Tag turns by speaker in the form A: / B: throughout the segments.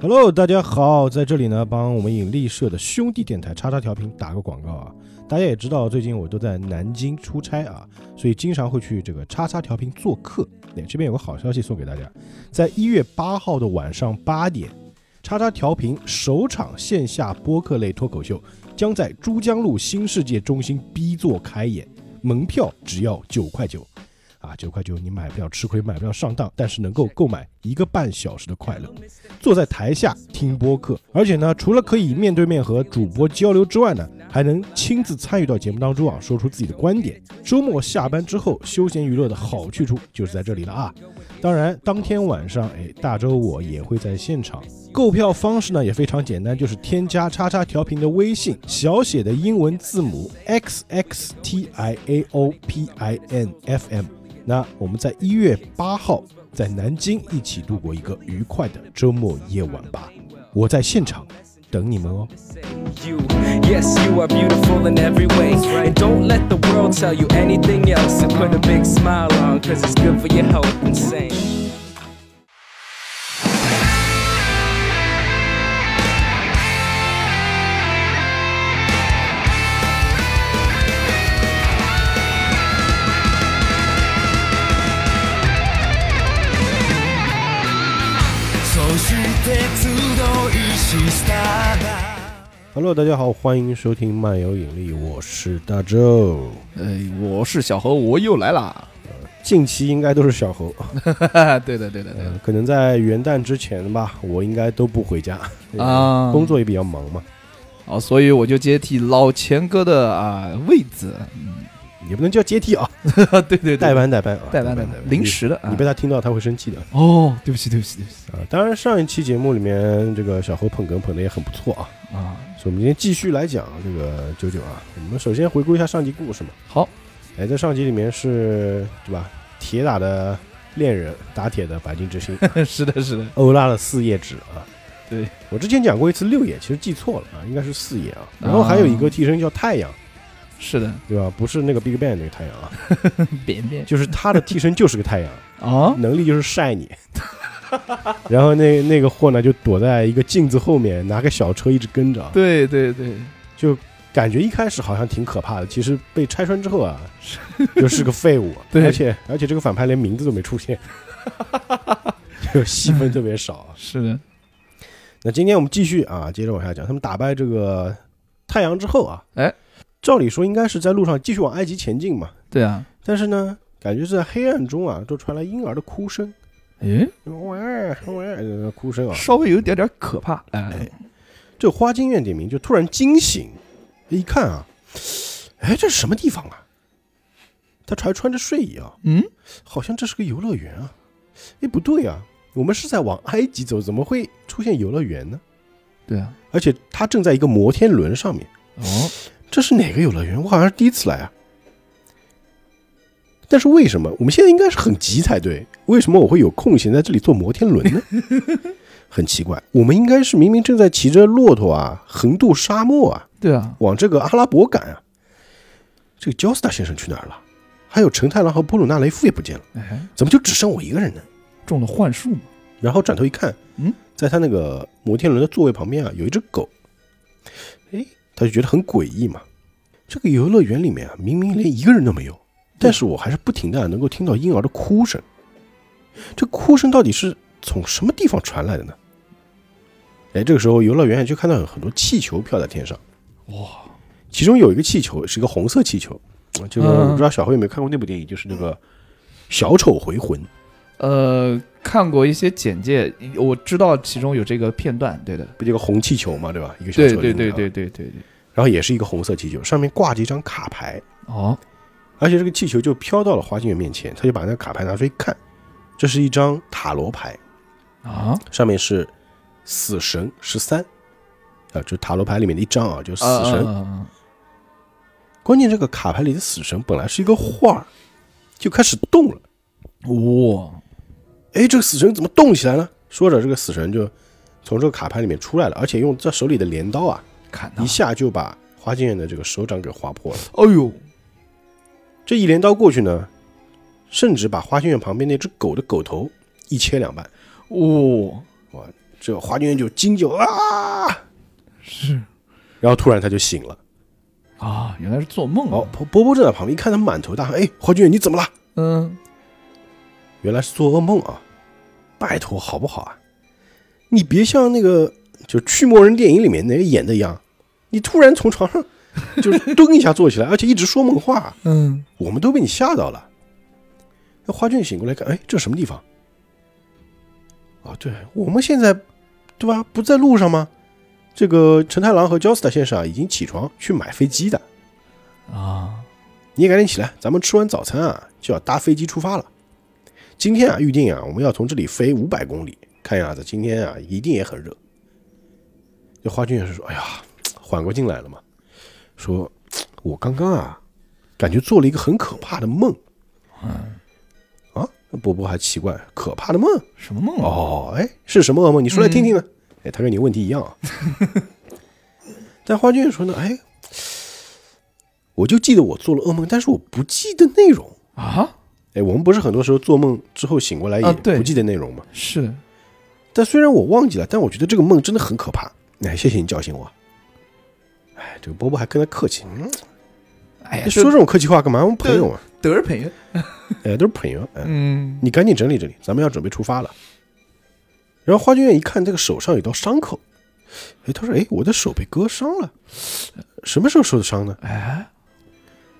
A: Hello，大家好，在这里呢，帮我们引力社的兄弟电台叉叉调频打个广告啊！大家也知道，最近我都在南京出差啊，所以经常会去这个叉叉调频做客。哎，这边有个好消息送给大家，在一月八号的晚上八点，叉叉调频首场线下播客类脱口秀将在珠江路新世界中心 B 座开演，门票只要九块九。啊，九块九你买不了吃亏，买不了上当，但是能够购买一个半小时的快乐，坐在台下听播客，而且呢，除了可以面对面和主播交流之外呢，还能亲自参与到节目当中啊，说出自己的观点。周末下班之后，休闲娱乐的好去处就是在这里了啊！当然，当天晚上，哎，大周我也会在现场。购票方式呢也非常简单，就是添加叉叉调频的微信，小写的英文字母 x x t i a o p i n f m。那我们在一月八号在南京一起度过一个愉快的周末夜晚吧，我在现场等你们哦。
B: You, yes, you are beautiful in every way. And don't let the world tell you anything else. And put a big smile on, cause it's good for your health and sane.
C: そして集いした
A: Hello，大家好，欢迎收听漫游引力，我是大周。
D: 哎，我是小何，我又来啦！
A: 近期应该都是小猴，
D: 对的，对的，对
A: 呃可能在元旦之前吧，我应该都不回家
D: 的啊，
A: 工作也比较忙嘛，
D: 哦，所以我就接替老钱哥的啊位子，
A: 也不能叫接替啊，
D: 对对对，
A: 代班代班啊，
D: 代班代
A: 代
D: 班
A: 班，
D: 临时的啊
A: 你。被他听到他会生气的
D: 哦，对不起，对不起，对不起
A: 啊。当然，上一期节目里面这个小猴捧哏捧的也很不错啊，
D: 啊！
A: 所以我们今天继续来讲这个九九啊。我们首先回顾一下上集故事嘛。
D: 好，
A: 哎，在上集里面是对吧？铁打的恋人，打铁的白金之 星，
D: 是的，是的，
A: 欧拉的四叶指啊。
D: 对
A: 我之前讲过一次六叶，其实记错了啊，应该是四叶啊。然后还有一个替身叫太阳，
D: 是的，
A: 对吧？不是那个 Big Bang 那个太阳啊，
D: 便便
A: 就是他的替身就是个太阳，
D: 啊，
A: 能力就是晒你。 然后那那个货呢，就躲在一个镜子后面，拿个小车一直跟着啊，
D: 对对对，
A: 就感觉一开始好像挺可怕的，其实被拆穿之后 啊，就是个废物。
D: 对
A: 而且而且这个反派连名字都没出 现，就戏份特别少啊。
D: 是的，
A: 那今天我们继续啊，接着往下讲，他们打败这个太阳之后啊，
D: 哎，
A: 照理说应该是在路上继续往埃及前进嘛，
D: 对啊，
A: 但是呢，感觉是在黑暗中啊，都传来婴儿的哭声，
D: 诶，
A: 喂喂，呃哭声啊。
D: 哎稍微有一点点可怕，哎，
A: 这花京院点名就突然惊醒，一看啊，哎，这是什么地方啊？他还穿着睡衣啊，
D: 嗯，
A: 好像这是个游乐园啊。哎，不对啊，我们是在往埃及走，怎么会出现游乐园呢？
D: 对啊，
A: 而且他正在一个摩天轮上面，
D: 哦，
A: 这是哪个游乐园？我好像是第一次来啊。但是为什么我们现在应该是很急才对？为什么我会有空闲在这里坐摩天轮呢？很奇怪，我们应该是明明正在骑着骆驼啊，横渡沙漠啊，
D: 对啊，
A: 往这个阿拉伯赶啊。这个焦斯达先生去哪儿了？还有陈太郎和波鲁纳雷夫也不见了，
D: 哎，
A: 怎么就只剩我一个人呢？
D: 中了幻术嘛，
A: 然后转头一看，
D: 嗯，
A: 在他那个摩天轮的座位旁边啊，有一只狗。哎，他就觉得很诡异嘛。这个游乐园里面啊，明明连一个人都没有，但是我还是不停的能够听到婴儿的哭声。这哭声到底是从什么地方传来的呢？哎，这个时候游乐园就看到有很多气球飘在天上，哇！其中有一个气球是一个红色气球，呃这个
D: 嗯
A: 我不知道小辉有没有看过那部电影，就是那个《小丑回魂》。
D: 呃，看过一些简介，我知道其中有这个片段，对的，
A: 不就个红气球嘛，对吧？一个小
D: 对
A: 车
D: 对
A: 轮
D: 对
A: 啊
D: 对对对对，
A: 然后也是一个红色气球，上面挂着一张卡牌，
D: 哦，
A: 而且这个气球就飘到了花京院面前，他就把那个卡牌拿出一看，这是一张塔罗牌，
D: 啊，
A: 上面是死神十三，啊，就是塔罗牌里面的一张啊，就是死神。
D: 啊啊啊啊
A: 关键这个卡牌里的死神本来是一个画儿，就开始动了。
C: 啊
D: 哇，
A: 哎，这个死神怎么动起来了？说着，这个死神就从这个卡牌里面出来了，而且用这手里的镰刀啊，
D: 砍他
A: 一！下就把花京院的这个手掌给划破了。
D: 哎呦，
A: 这一镰刀过去呢，甚至把花千院旁边那只狗的狗头一切两半。
C: 哦，
A: 这花千院就惊叫啊，
C: 是
A: 然后突然他就醒了。
C: 啊，原来是做梦
A: 哦
C: 啊。，
A: 波波波正在旁边一看，他满头大汗，哎，花千院你怎么了？
C: 嗯，
A: 原来是做噩梦啊！拜托，好不好啊？你别像那个就《驱魔人》电影里面那个演的一样，你突然从床上 就是蹲一下坐起来，而且一直说梦话，啊
C: 嗯，
A: 我们都被你吓到了。那花卷醒过来看，哎，这什么地方？啊，对，我们现在对吧？不在路上吗？这个陈太郎和 Josta 先生啊，已经起床去买飞机的。
C: 啊，
A: 你也赶紧起来，咱们吃完早餐啊，就要搭飞机出发了。今天啊，预定啊，我们要从这里飞五百公里。看样子今天啊，一定也很热。这花君也是说：“哎呀，缓过劲来了嘛。”说：“我刚刚啊，感觉做了一个很可怕的梦。”
C: 嗯
A: 啊，波波还奇怪，可怕的梦
C: 什么梦啊？
A: 哦，哎，是什么噩梦？你说来听听呢？
C: 嗯
A: 哎，他跟你问题一样、啊。 但花君说呢，哎，我就记得我做了噩梦，但是我不记得内容。
C: 啊，
A: 哎，我们不是很多时候做梦之后醒过来也
C: 啊对
A: 不记得内容吗？
C: 是的，
A: 但虽然我忘记了，但我觉得这个梦真的很可怕。哎，谢谢你叫醒我。哎，这个波波还跟他客气，嗯，
C: 哎呀，
A: 你说这种客气话干嘛？我们朋友嘛，
C: 德尔朋友，
A: 哎，都是朋友。哎，
C: 嗯，
A: 你赶紧整理整理，咱们要准备出发了。然后花君院一看，这个手上有道伤口，哎，他说：“哎，我的手被割伤了，什么时候受的伤呢
C: 哎，？”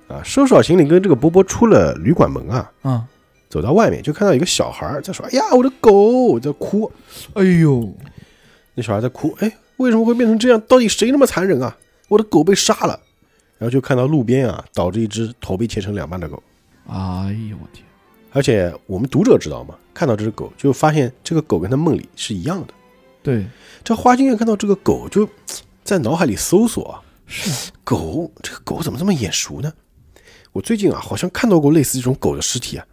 A: 啊，收拾好行李，跟这个波波出了旅馆门啊，
C: 啊，
A: 走到外面就看到一个小孩儿在说：“哎呀，我的狗！”在哭，
C: 哎呦，
A: 那小孩在哭，哎，为什么会变成这样？到底谁那么残忍啊？我的狗被杀了。然后就看到路边啊，倒着一只头被切成两半的狗，
C: 哎呦，我天，
A: 而且我们读者知道吗？看到这只狗，就发现这个狗跟他梦里是一样的。
C: 对，
A: 这花京院看到这个狗，就在脑海里搜索啊，
C: 是
A: 狗这个狗怎么这么眼熟呢？我最近啊，好像看到过类似这种狗的尸体啊，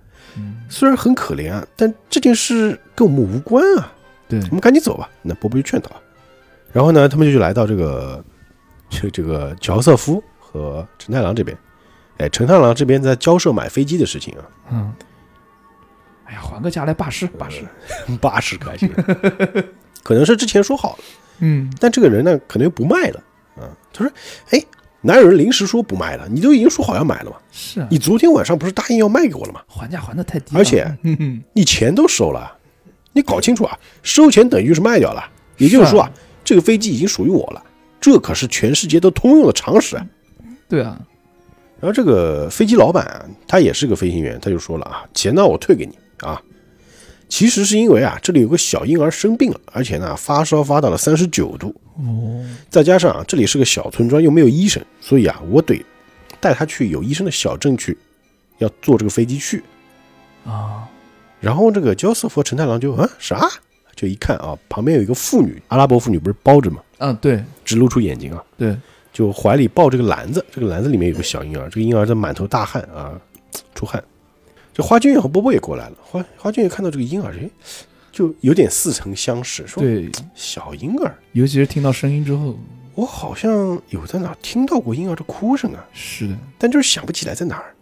A: 虽然很可怜啊，但这件事跟我们无关啊，
C: 对，
A: 我们赶紧走吧。那波波就劝导，然后呢，他们就去来到这个 这这个乔瑟夫和陈太郎这边。哎，陈太郎这边在交涉买飞机的事 情啊，
C: 嗯，哎呀，还个价来罢
A: 呃
C: 市，罢市，
A: 八十开心， 可能是之前说好了。
C: 嗯，
A: 但这个人呢，可能又不卖了啊。他说：“哎，哪有人临时说不卖了？你都已经说好要买了嘛。
C: 是啊，
A: 你昨天晚上不是答应要卖给我了吗？
C: 还价还的太低了，
A: 而且
C: 嗯哼
A: 你钱都收了，你搞清楚啊，收钱等于是卖掉了。也就是说啊，这个飞机已经属于我了，这可是全世界都通用的常识啊。”
C: 对啊，
A: 然后这个飞机老板啊，他也是个飞行员，他就说了啊，钱呢我退给你啊。其实是因为啊，这里有个小婴儿生病了，而且呢发烧发到了三十九度，
C: 哦，
A: 再加上啊，这里是个小村庄，又没有医生，所以啊，我得带他去有医生的小镇去，要坐这个飞机去。
C: 啊，
A: 然后这个焦瑟夫和陈太郎就啊啥，就一看啊，旁边有一个妇女，阿拉伯妇女不是包着嘛，
C: 嗯，对
A: 只露出眼睛啊，
C: 对，
A: 就怀里抱这个篮子，这个篮子里面有个小婴儿，这个婴儿在满头大汗啊，出汗。这花君院和波波也过来了，花花君院看到这个婴儿，哎，就有点似曾相识，说
C: 对，
A: 小婴儿，
C: 尤其是听到声音之后，
A: 我好像有在哪儿听到过婴儿的哭声啊。
C: 是的，
A: 但就是想不起来在哪儿。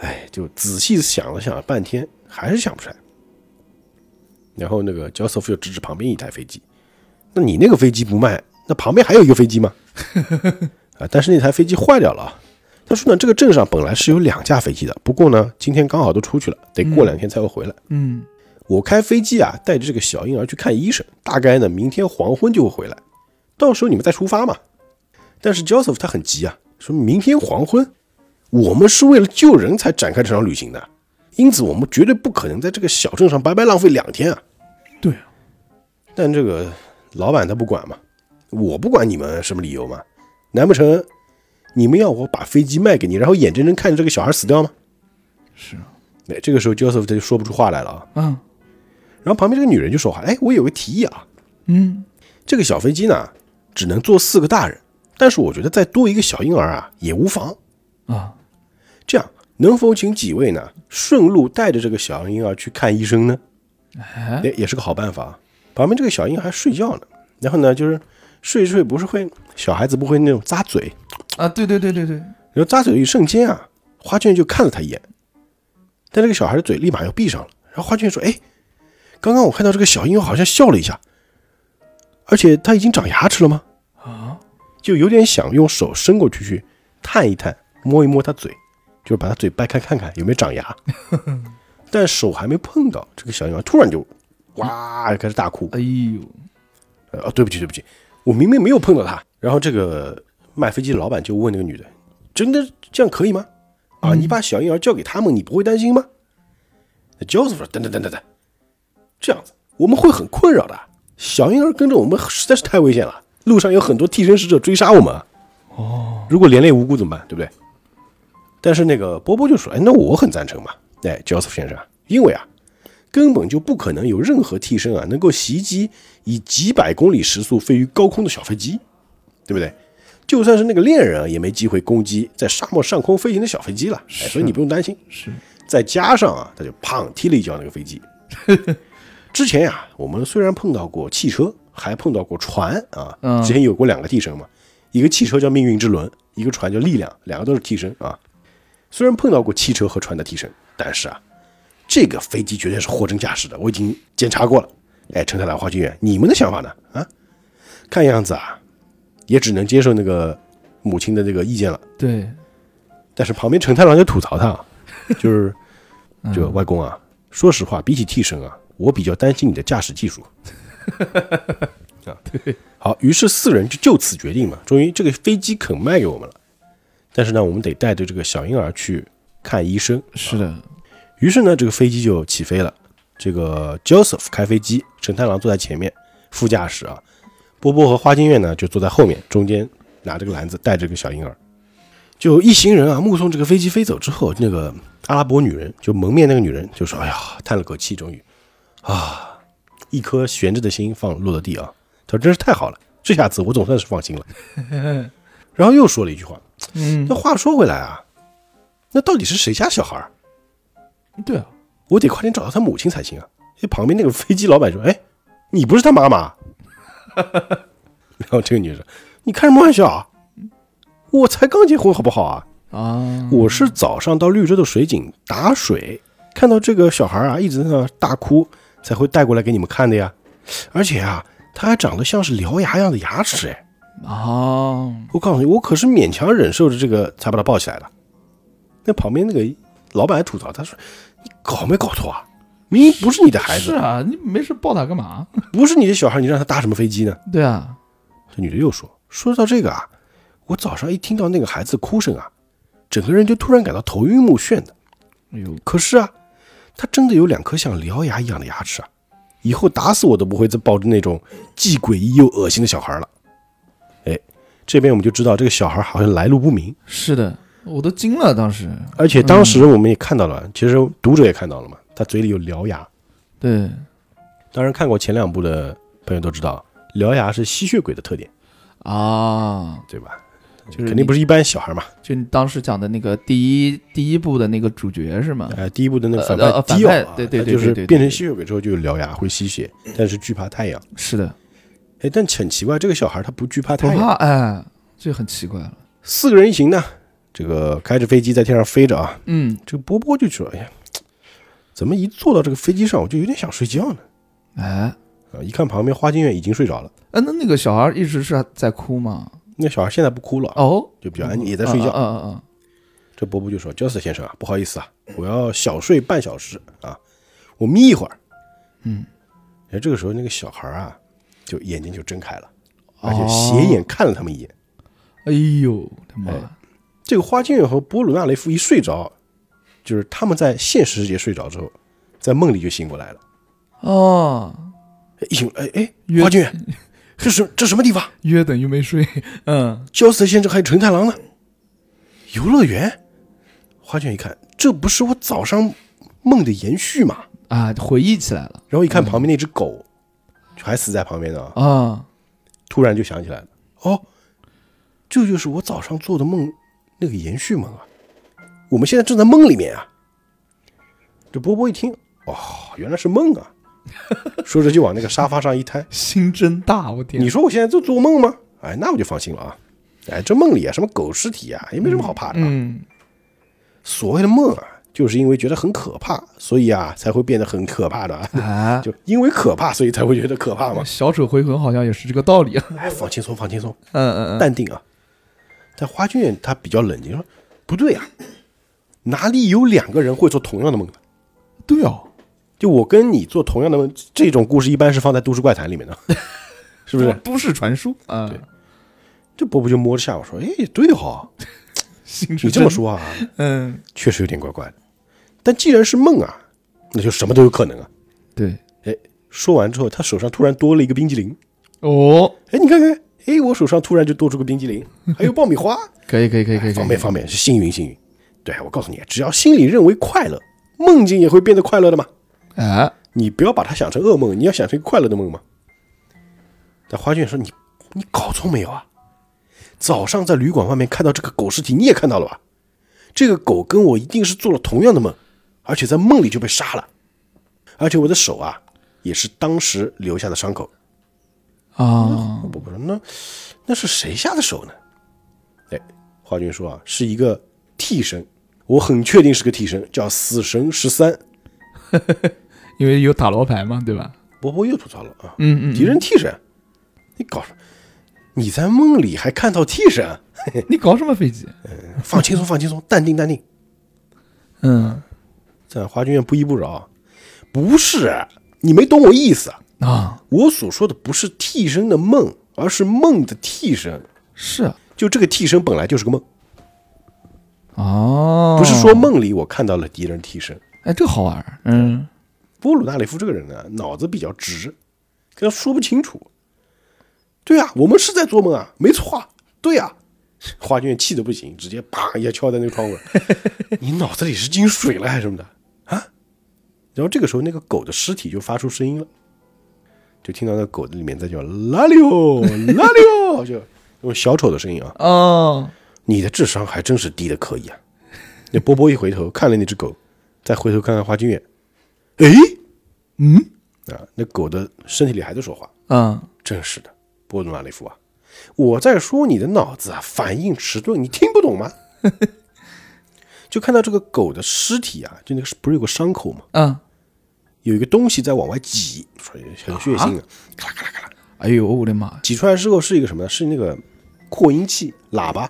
A: 哎，就仔细想了想半天，还是想不出来。然后那个焦瑟夫就指指旁边一台飞机，那你那个飞机不卖，那旁边还有一个飞机吗？ 啊，但是那台飞机坏掉了啊。他说呢，这个镇上本来是有两架飞机的，不过呢，今天刚好都出去了，得过两天才会回来。
C: 嗯，
A: 我开飞机啊，带着这个小婴儿去看医生，大概呢明天黄昏就会回来，到时候你们再出发嘛。但是 Joseph 他很急啊，说明天黄昏，我们是为了救人才展开这场旅行的，因此我们绝对不可能在这个小镇上白白浪费两天啊。
C: 对啊，
A: 但这个老板他不管嘛，我不管你们什么理由嘛，难不成你们要我把飞机卖给你，然后眼睁睁看着这个小孩死掉吗？
C: 是啊，
A: 哎，这个时候 Joseph 他就说不出话来了啊。
C: 嗯
A: 然后旁边这个女人就说话：“哎，我有个提议啊，
C: 嗯，
A: 这个小飞机呢只能坐四个大人，但是我觉得再多一个小婴儿啊也无妨。
C: 啊，
A: 这样能否请几位呢顺路带着这个小婴儿去看医生呢？
C: 哎，
A: 哎，也是个好办法啊。旁边这个小婴儿还睡觉呢，然后呢就是睡一睡不是会小孩子不会那种咂嘴，
C: 啊，对对对对对，
A: 然后咂嘴一瞬间啊，花卷就看了他一眼，但这个小孩的嘴立马又闭上了。然后花卷说：“哎，刚刚我看到这个小婴儿好像笑了一下，而且他已经长牙齿了吗？”
C: 啊，
A: 就有点想用手伸过去去探一探、摸一摸他嘴，就是把他嘴掰开看看有没有长牙。但手还没碰到，这个小婴儿突然就哇开始大哭。
C: 哎呦，
A: 呃哦，对不起，对不起，我明明没有碰到他。然后这个卖飞机的老板就问那个女的：“真的这样可以吗？啊，你把小婴儿交给他们，你不会担心吗？”那 Joseph 说：“等等等等等，这样子我们会很困扰的。小婴儿跟着我们实在是太危险了，路上有很多替身使者追杀我们。哦，如果连累无辜怎么办？对不对？”但是那个波波就说：“哎，那我很赞成嘛，哎，Joseph 先生啊，因为啊，根本就不可能有任何替身啊能够袭击以几百公里时速飞于高空的小飞机，对不对？就算是那个猎人啊，也没机会攻击在沙漠上空飞行的小飞机了，哎，所以你不用担心。
C: 是
A: 再加上啊，他就砰踢了一脚那个飞 机。之前呀、啊我们虽然碰到过汽车，还碰到过船啊，
C: 嗯
A: 之前有过两个替身嘛，一个汽车叫命运之轮，一个船叫力量，两个都是替身啊。虽然碰到过汽车和船的替身，但是啊，这个飞机绝对是货真价实的，我已经检查过了。哎，陈太郎、花君远，你们的想法呢？啊，看样子啊，也只能接受那个母亲的这个意见了。
C: 对，
A: 但是旁边陈太郎就吐槽他啊，就是就外公啊，说实话，比起替身啊，我比较担心你的驾驶技术。啊，对。好，于是四人就就此决定嘛，终于这个飞机肯卖给我们了，但是呢，我们得带着这个小婴儿去看医生。
C: 是的，
A: 啊于是呢，这个飞机就起飞了。这个 Joseph 开飞机，陈太郎坐在前面，副驾驶啊，波波和花金月呢就坐在后面，中间拿着个篮子带着个小婴儿。就一行人啊，目送这个飞机飞走之后，那个阿拉伯女人就蒙面那个女人就说：“哎呀，叹了口气，终于啊，一颗悬着的心放落了地啊。”她说：“真是太好了，这下子我总算是放心了。”然后又说了一句话。
C: 嗯
A: 那，话说回来啊，那到底是谁家小孩儿？
C: 对啊，
A: 我得快点找到他母亲才行啊！哎，旁边那个飞机老板说：“哎，你不是他妈 妈？”然后这个女人说：“你开什么玩笑啊？我才刚结婚，好不好啊？
C: 啊，
A: 我是早上到绿洲的水井打水，看到这个小孩啊一直在那大哭，才会带过来给你们看的呀。而且啊，他还长得像是獠牙一样的牙齿，哎，
C: 啊，
A: 我告诉你，我可是勉强忍受着这个才把他抱起来的。那旁边那个老板还吐槽，他说：‘你搞没搞错啊？明明不是你的孩子
C: 是。’啊，你没事抱他干嘛？
A: 不是你的小孩，你让他搭什么飞机呢？
C: 对啊，
A: 这女的又说：“说到这个啊，我早上一听到那个孩子哭声啊，整个人就突然感到头晕目眩的。
C: 哎呦，
A: 可是啊，他真的有两颗像獠牙一样的牙齿啊！以后打死我都不会再抱着那种既诡异又恶心的小孩了。”哎，这边我们就知道这个小孩好像来路不明，
C: 是的，我都惊了，当时，
A: 而且当
C: 嗯
A: 时我们也看到了，其实读者也看到了嘛，他嘴里有獠牙。
C: 对，
A: 当然，看过前两部的朋友都知道，獠牙是吸血鬼的特点，
C: 啊，
A: 对吧？
C: 就是
A: 肯定不
C: 是，
A: 是一般小孩嘛。
C: 就你当时讲的那个第一第一部的那个主角是吗？
A: 呃，第一部的那个
C: 呃
A: 反
C: 呃呃
A: 派
C: 反
A: 迪奥
C: 派
A: 啊，
C: 对对
A: 他
C: 对
A: 就
C: 对
A: 是
C: 对对
A: 变成
C: 对
A: 吸血鬼之后就有獠牙，会吸血，但是惧怕太阳。
C: 是的，
A: 哎，但很奇怪，这个小孩他不惧怕
C: 不
A: 太阳。
C: 怕，哎，这很奇怪了，
A: 四个人一行呢，这个开着飞机在天上飞着啊，
C: 嗯，
A: 这个波波就说：“哎呀，怎么一坐到这个飞机上，我就有点想睡觉呢
C: 哎。？”
A: 啊，一看旁边花金月已经睡着了，
C: 哎，那那个小孩一直是在哭吗？
A: 那小孩现在不哭了啊，
C: 哦，
A: 就比较安静，也在睡觉。
C: 嗯嗯嗯，
A: 这波波就说：“Joseph 先生啊，不好意思啊，我要小睡半小时啊，我眯一会儿。”
C: 嗯，
A: 然后这个时候那个小孩啊，就眼睛就睁开了，
C: 哦
A: 而且斜眼看了他们一眼。
C: 哎呦，他妈，
A: 这个花千院和波鲁纳雷夫一睡着，就是他们在现实世界睡着之后，在梦里就醒过来了。
C: 哦，
A: 哎一醒，哎哎，
C: 约
A: 花千院，这是这什么地方？
C: 约等于没睡， 嗯，
A: Joseph 先生还有陈太郎呢？游乐园？花千院一看，这不是我早上梦的延续吗？
C: 啊，回忆起来了
A: 然后一看旁边那只狗，就还死在旁边呢啊，
C: 啊，
A: 突然就想起来了，哦，这就是我早上做的梦，那个延续梦啊。我们现在正在梦里面啊。这波波一听，哦，原来是梦啊，说着就往那个沙发上一瘫。
C: 心真大，我天，
A: 你说我现在就做梦吗？哎，那我就放心了啊。哎，这梦里啊，什么狗尸体啊，也没什么好怕的啊。
C: 嗯，
A: 所谓的梦啊，就是因为觉得很可怕，所以啊才会变得很可怕的啊。
C: 啊，
A: 就因为可怕，所以才会觉得可怕嘛。
C: 小丑回魂好像也是这个道理。啊
A: 哎，放轻松，放轻松，
C: 嗯 嗯嗯，
A: 淡定啊。但花君远他比较冷静，说不对啊，哪里有两个人会做同样的梦的？
C: 对哦，
A: 就我跟你做同样的梦，这种故事一般是放在都市怪谈里面的， 是不是？
C: 都市传说啊？
A: 这波波就摸着下巴说：“哎，对哦，
C: 性质
A: 你这么，说啊，
C: 嗯，
A: 确实有点怪怪的。但既然是梦啊，那就什么都有可能啊。
C: 对，”
A: 说完之后，他手上突然多了一个冰激凌。
C: 哦，
A: 哎，你看看，哎，我手上突然就多出个冰激凌，还有爆米花，
C: 可以可以可以可以，
A: 方便方便，是幸运幸运。对我告诉你，只要心里认为快乐，梦境也会变得快乐的嘛。
C: 啊，
A: 你不要把它想成噩梦，你要想成一个快乐的梦嘛。但花卷说：“你你搞错没有啊？早上在旅馆外面看到这个狗尸体，你也看到了吧？这个狗跟我一定是做了同样的梦，而且在梦里就被杀了，而且我的手啊也是当时留下的伤口。
C: 啊，
A: 我不说那那是谁下的手呢？哎，花君说啊，是一个替身，我很确定是个替身，叫死神十三。
C: 因为有塔罗牌嘛，对吧？
A: 波波又吐槽了啊，
C: 嗯嗯
A: 敌人替身，你搞什么？你在梦里还看到替身？
C: 你搞什么飞机？
A: 放轻松，放轻松，淡定，淡定。
C: 嗯
A: 在花君院不依不饶，啊不是你没懂我意思，
C: 啊，
A: 我所说的不是替身的梦，而是梦的替身。
C: 是
A: 就这个替身本来就是个梦，
C: 哦，
A: 不是说梦里我看到了敌人替身。
C: 哎，这个好玩儿，嗯，
A: 波鲁纳里夫这个人呢，脑子比较直，跟他说不清楚。对啊，我们是在做梦啊，没错啊，对啊。 花卷气得不行，直接啪一下敲在那个窗户上。你脑子里是进水了还是什么的啊？然后这个时候，那个狗的尸体就发出声音了，就听到那狗里面在叫拉里奥，拉里奥，就用小丑的声音啊。
C: 哦，
A: 你的智商还真是低的可以啊！那波波一回头看了那只狗，再回头看看花君远，诶，嗯，啊，那狗的身体里还在说话，
C: 嗯，
A: 真是的，波多纳雷夫啊，我在说你的脑子啊反应迟钝，你听不懂 吗？就看到这个狗的尸体啊，就那个不是有个伤口吗？
C: 嗯，
A: 有一个东西在往外挤，所以很血腥啊，咔啦咔啦咔啦，
C: 哎呦，我的妈呀，
A: 挤出来之后是一个什么呢？是那个扩音器喇叭，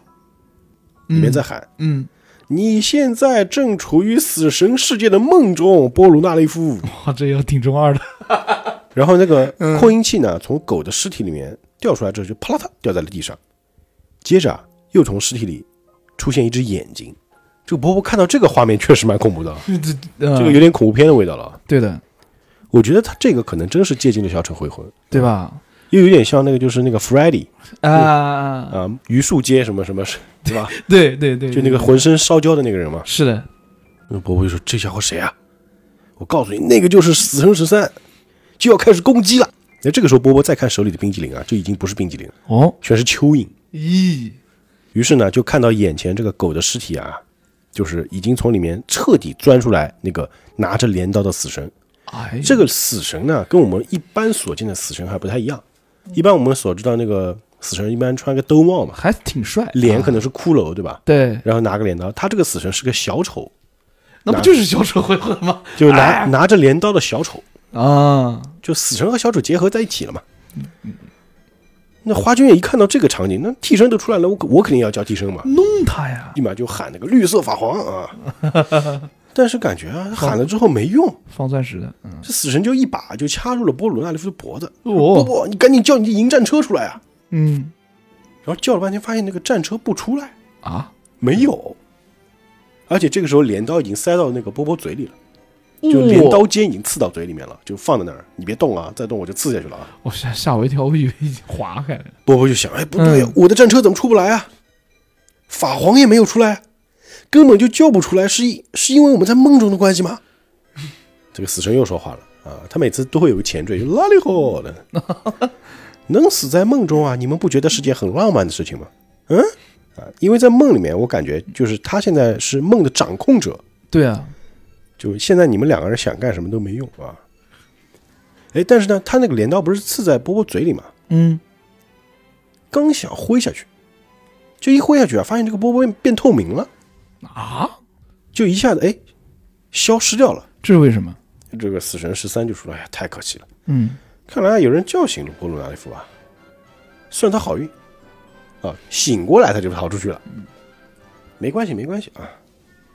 A: 里面在喊。
C: 嗯，
A: 你现在正处于死神世界的梦中，波鲁纳雷夫。
C: 哇，这要挺中二的，
A: 然后那个扩音器呢，从狗的尸体里面掉出来之后，就啪啦嗒掉在了地上。接着啊，又从尸体里出现一只眼睛。这个波波看到这个画面确实蛮恐怖的啊，
C: 这
A: 这
C: 这
A: 个有点恐怖片的味道了啊。
C: 嗯对的，
A: 我觉得他这个可能真是借鉴了《小丑回魂》，
C: 对吧？
A: 又有点像那个就是那个 Freddy
C: 啊，
A: 啊，榆树街什么什么，对吧？
C: 对对对，
A: 就那个浑身烧焦的那个人嘛。
C: 是的，
A: 那伯伯就说：“这家伙谁啊？我告诉你，那个就是死神十三，就要开始攻击了。”那这个时候，波波再看手里的冰激凌啊，就已经不是冰激凌了，
C: 哦，
A: 全是蚯蚓。
C: 咦，
A: 于是呢，就看到眼前这个狗的尸体啊，就是已经从里面彻底钻出来那个拿着镰刀的死神。
C: 哎，
A: 这个死神呢，跟我们一般所见的死神还不太一样。一般我们所知道那个死神一般穿个兜帽嘛，
C: 还挺帅，
A: 脸可
C: 啊
A: 能是骷髅对吧？
C: 对，
A: 然后拿个镰刀，他这个死神是个小丑，
C: 那不就是小丑回魂吗？
A: 就拿拿着镰刀的小丑。
C: 啊，
A: 就死神和小丑结合在一起了嘛。那花君也一看到这个场景，那替身都出来了，我我肯定要叫替身嘛，
C: 弄他呀，
A: 立马就喊那个绿色法皇 啊。但是感觉啊，喊了之后没用，
C: 放钻石的，嗯，
A: 这死神就一把就掐住了波鲁纳利夫的脖子，波
C: 哦，
A: 波，你赶紧叫你的迎战车出来啊！
C: 嗯
A: 然后叫了半天，发现那个战车不出来，
C: 啊，
A: 没有，而且这个时候镰刀已经塞到那个波波嘴里了，就镰刀尖已经刺到嘴里面了，就放在那儿，你别动啊，再动我就刺下去了啊。
C: 我吓吓我一跳，我以为已经划开了。
A: 波波就想，哎，不对呀、
C: 嗯
A: 我的战车怎么出不来啊？法皇也没有出来，啊根本就叫不出来，是因是因为我们在梦中的关系吗？这个死神又说话了啊，他每次都会有个前缀，就拉里吼的，能死在梦中啊，你们不觉得是件很浪漫的事情吗？嗯啊，因为在梦里面，我感觉就是他现在是梦的掌控者，
C: 对啊，
A: 就现在你们两个人想干什么都没用啊。哎，但是呢，他那个镰刀不是刺在波波嘴里吗？
C: 嗯，
A: 刚想挥下去，就一挥下去啊，发现这个波波变透明了，
C: 啊，
A: 就一下子哎消失掉了。
C: 这是为什么？
A: 这个死神十三就说：“哎呀，太可惜了，
C: 嗯，
A: 看来有人叫醒了波鲁纳利夫啊，算他好运啊，醒过来他就逃出去了。没关系，没关系啊，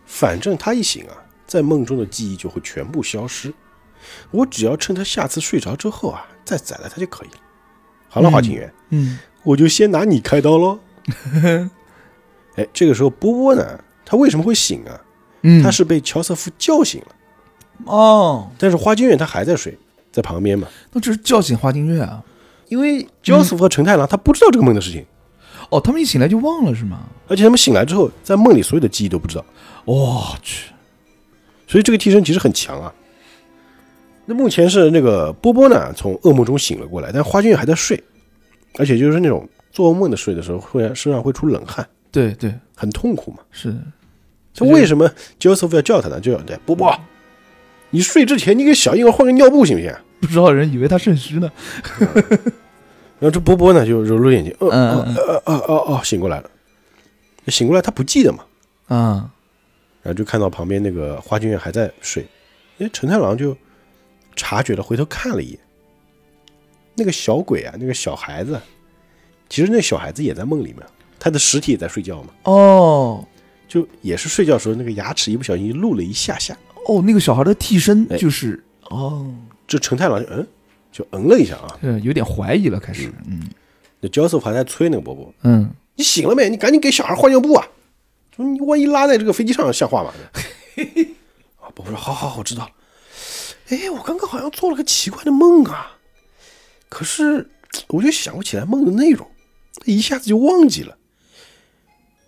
A: 反正他一醒啊，在梦中的记忆就会全部消失。我只要趁他下次睡着之后啊，再宰了他就可以了。好了，
C: 嗯
A: 花景园，
C: 嗯，
A: 我就先拿你开刀喽。哎，这个时候波波呢，他为什么会醒啊？
C: 嗯
A: 他是被乔瑟夫叫醒了，
C: 哦，
A: 但是花间院他还在睡，在旁边嘛。
C: 那这是叫醒花京月啊！
A: 因为焦瑟夫和陈太郎他不知道这个梦的事情，
C: 哦，他们一醒来就忘了是吗？
A: 而且他们醒来之后，在梦里所有的记忆都不知道，
C: 我哦去，
A: 所以这个替身其实很强啊。那目前是那个波波呢从噩梦中醒了过来，但花间院还在睡，而且就是那种做噩梦的睡的时候，会身上会出冷汗，
C: 对对
A: 很痛苦嘛。
C: 是的，
A: 这为什么 Joseph 要叫他呢？就要对波波，你睡之前你给小婴儿换个尿布行不行？啊然
C: 不知道人以为他肾虚呢。
A: 后这波波呢就揉揉眼睛，呃
C: 嗯嗯
A: 呃呃哦哦，醒过来了。醒过来他不记得嘛，
C: 嗯啊，
A: 然后就看到旁边那个花君院还在睡，哎，陈太郎就察觉了，回头看了一眼，那个小鬼啊，那个小孩子，其实那小孩子也在梦里面，他的实体也在睡觉嘛，
C: 哦
A: 就也是睡觉的时候那个牙齿一不小心露了一下下，
C: 哦，那个小孩的替身
A: 哎
C: 就是哦，
A: 这陈太郎就嗯就嗯了一下啊，
C: 呃，有点怀疑了，开始，嗯
A: 那 Joseph 还在催那个伯伯，
C: 嗯，
A: 你醒了没？你赶紧给小孩换尿布啊！说你万一拉在这个飞机上像话 吗？啊，伯伯说好好好，我知道了。哎，我刚刚好像做了个奇怪的梦啊，可是我就想不起来梦的内容，一下子就忘记了。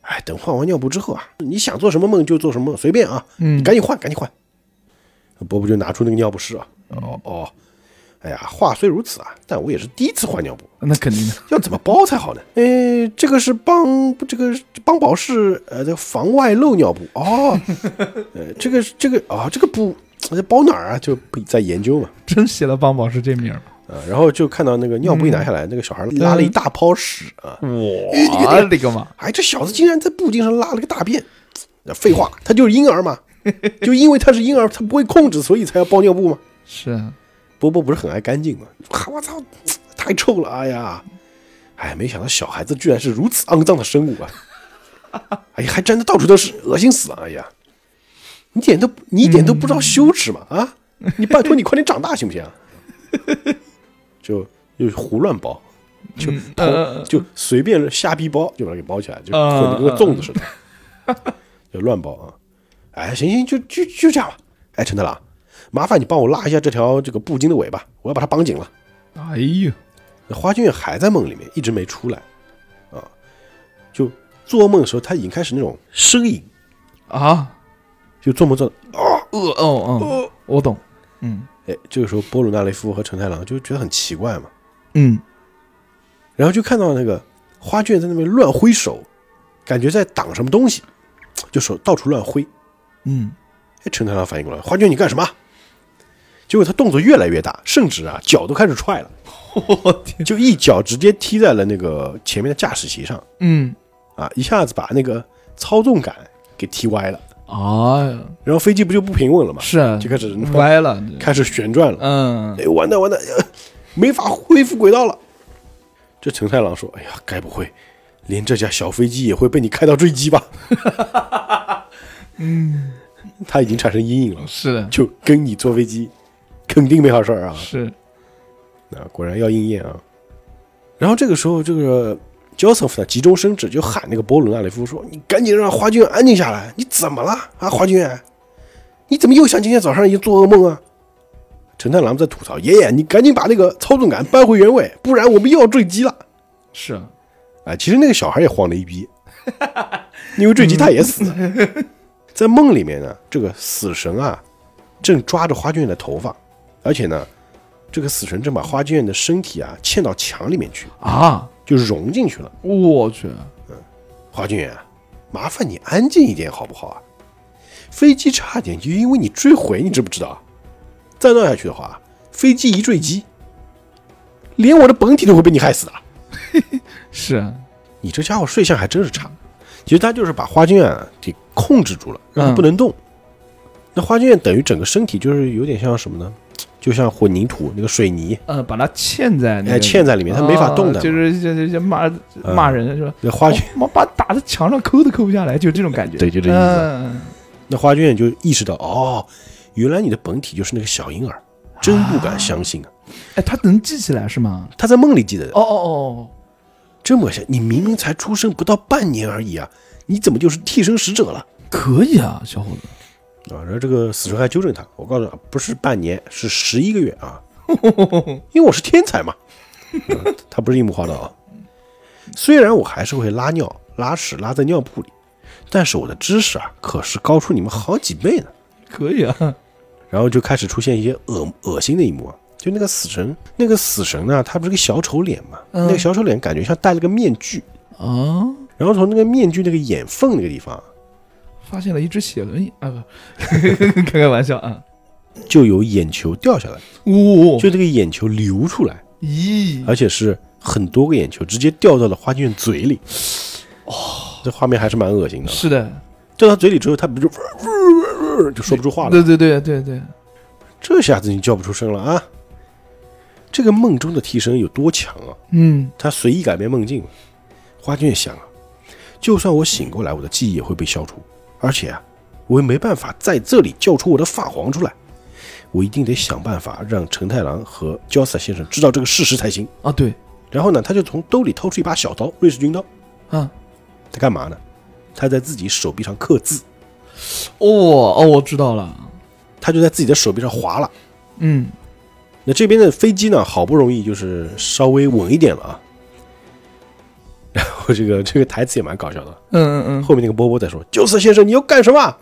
A: 哎，等换完尿布之后啊，你想做什么梦就做什么梦，随便啊，
C: 嗯
A: 你赶紧换，赶紧换。伯伯就拿出那个尿不湿啊，哦哦，哎呀，话虽如此啊，但我也是第一次换尿布，
C: 嗯那肯定的，
A: 要怎么包才好呢？呃，这个是邦，这个是邦宝适呃的防外漏尿布哦， 呃，这个是这个啊、这个布呃包哪儿啊？就不在研究嘛，
C: 真写了帮宝石这名儿。
A: 啊、然后就看到那个尿布一拿下来，那个小孩拉了一大泡屎啊，
C: 我勒个妈！
A: 哎，这小子竟然在布巾上拉了个大便，那废话，他就是婴儿嘛， 就因为他是婴儿，他不会控制，所以才要包尿布嘛。
C: 是啊，
A: 波波不是很爱干净吗？啊我操，太臭了！哎呀，哎，没想到小孩子居然是如此肮脏的生物啊！哎呀，还沾的到处都是，恶心死了！哎呀，你一点都你一点都不知道羞耻吗？啊，你拜托你快点长大行不行啊？ 就就胡乱包，就
C: 嗯嗯嗯
A: 就随便瞎逼包，就把它给包起来，就混的跟个粽子似的，就乱包啊！哎，行行，就就就这样吧。哎，陈太郎，麻烦你帮我拉一下这条这个布巾的尾巴，我要把它绑紧了。
C: 哎呦，
A: 那花君还在梦里面，一直没出来啊。就做梦的时候，他已经开始那种呻吟，
C: 啊，
A: 就做梦做到，
C: 呃哦哦，我懂，嗯
A: 哎，这个时候波鲁纳雷夫和陈太郎就觉得很奇怪嘛，
C: 嗯，
A: 然后就看到那个花卷在那边乱挥手，感觉在挡什么东西，就手到处乱挥。
C: 嗯，
A: 哎，陈太郎反应过来，花卷你干什么？结果他动作越来越大，甚至啊脚都开始踹了，
C: 我天，
A: 就一脚直接踢在了那个前面的驾驶席上
C: 嗯，
A: 啊，一下子把那个操纵杆给踢歪了，
C: 哎呀，
A: 然后飞机不就不平稳了吗？
C: 是啊，
A: 就开始
C: 歪了，
A: 开始旋转了。
C: 嗯，
A: 哎，完蛋完蛋，呃没法恢复轨道了。这陈太郎说：“哎呀，该不会连这架小飞机也会被你开到坠机吧？”嗯，他已经产生阴影了，
C: 是的，
A: 就跟你坐飞机肯定没好事儿啊。
C: 是，
A: 啊，果然要应验啊。然后这个时候，这个 Joseph 呢急中生智，就喊那个波鲁纳雷夫说：“你赶紧让花君安静下来！你怎么了啊，花君？你怎么又像今天早上一样做噩梦啊？”陈太郎在吐槽：“爷爷，你赶紧把那个操纵杆搬回原位，不然我们又要坠机了。
C: 是啊，”
A: 啊，其实那个小孩也慌了一逼， 因为坠机他也死了。 在梦里面呢，这个死神啊，正抓着花君的头发，而且呢，这个死神正把花君的身体啊嵌到墙里面去，
C: 啊，
A: 就融进去了。
C: 我去，
A: 花君啊，麻烦你安静一点好不好啊？飞机差点就因为你坠毁，你知不知道啊？再闹下去的话，飞机一坠机，连我的本体都会被你害死的。
C: 是啊，嗯
A: 你这家伙睡相还真是差。其实他就是把花君啊给控制住了，让他不能动。那花卷等于整个身体就是有点像什么呢？就像混凝土那个水泥，
C: 呃，把它嵌在那
A: 哎，
C: 个
A: 嵌在里面，它没法动的
C: 哦
A: 嘛。
C: 就是就就就骂
A: 嗯
C: 骂人是吧？
A: 那花卷，
C: 哦妈把打在墙上抠都抠不下来，就这种感觉。
A: 对就这意思
C: 嗯，
A: 那花卷就意识到，哦，原来你的本体就是那个小婴儿，真不敢相信啊！
C: 哎，他能记起来是吗？
A: 他在梦里记得的，
C: 哦哦
A: 这么想，你明明才出生不到半年而已啊，你怎么就是替身使者了？
C: 哦，可以啊，小伙子。
A: 啊，然后这个死神还纠正他，我告诉他，啊不是半年，是十一个月啊，因为我是天才嘛。嗯他不是樱木花道啊，虽然我还是会拉尿、拉屎、拉在尿布里，但是我的知识啊，可是高出你们好几倍呢。
C: 可以啊，
A: 然后就开始出现一些恶恶心的一幕啊，就那个死神，那个死神呢、他不是个小丑脸嘛，那个小丑脸感觉像戴了个面具，
C: 啊，
A: 然后从那个面具那个眼缝那个地方啊，
C: 发现了一只血轮眼啊，不， 开开玩笑啊。
A: 就有眼球掉下来，
C: 哦呜、
A: 就这哎个眼球流出来，
C: 咦，
A: 而且是很多个眼球直接掉到了花卷嘴里，哦，这画面还是蛮恶心的。
C: 是的，
A: 掉到嘴里之后，他不就 就说不出话了，
C: 对对对对对，
A: 这下子你叫不出声了啊！这个梦中的替身有多强啊？
C: 嗯，
A: 他随意改变梦境。花卷想啊，就算我醒过来，我的记忆也会被消除，而且啊，我也没办法在这里叫出我的发黄出来。我一定得想办法让承太郎和焦萨先生知道这个事实才行。
C: 啊对，
A: 然后呢，他就从兜里掏出一把小刀，瑞士军刀。
C: 啊，
A: 他干嘛呢？他在自己手臂上刻字，
C: 哦哦，我知道了，
A: 他就在自己的手臂上划了。
C: 嗯，
A: 那这边的飞机呢，好不容易就是稍微稳一点了啊。然后这个这个台词也蛮搞笑的，
C: 嗯嗯
A: 后面那个波波在说：“九色先生，你要干什么？”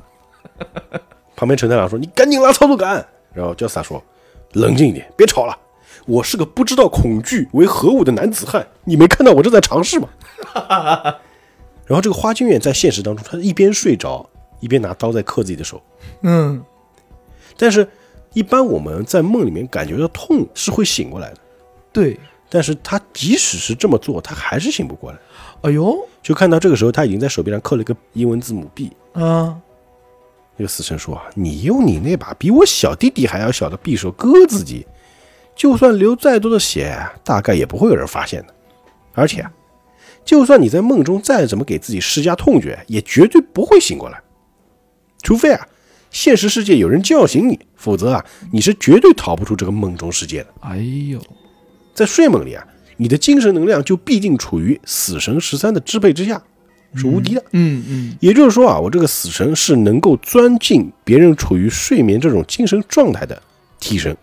A: 旁边陈太郎说：“你赶紧拉操作杆。”然后焦萨说：“冷静一点，别吵了。我是个不知道恐惧为何物的男子汉，你没看到我正在尝试吗？” 然后这个花千院在现实当中，他一边睡着，一边拿刀在刻自己的手。
C: 嗯嗯，
A: 但是，一般我们在梦里面感觉到痛是会醒过来的，
C: 对，
A: 但是他即使是这么做，他还是醒不过来。
C: 哎呦
A: 就看到这个时候，他已经在手臂上刻了一个英文字母 B，
C: 啊，
A: 那个死神说：“啊你用你那把比我小弟弟还要小的匕首割自己，就算流再多的血，啊大概也不会有人发现的。而且啊，就算你在梦中再怎么给自己施加痛觉，也绝对不会醒过来，除非啊，现实世界有人叫醒你，否则啊，你是绝对逃不出这个梦中世界的。
C: 哎呦，
A: 在睡梦里啊，你的精神能量就必定处于死神十三的支配之下，是无敌的。
C: 嗯嗯，
A: 也就是说啊，我这个死神是能够钻进别人处于睡眠这种精神状态的替身，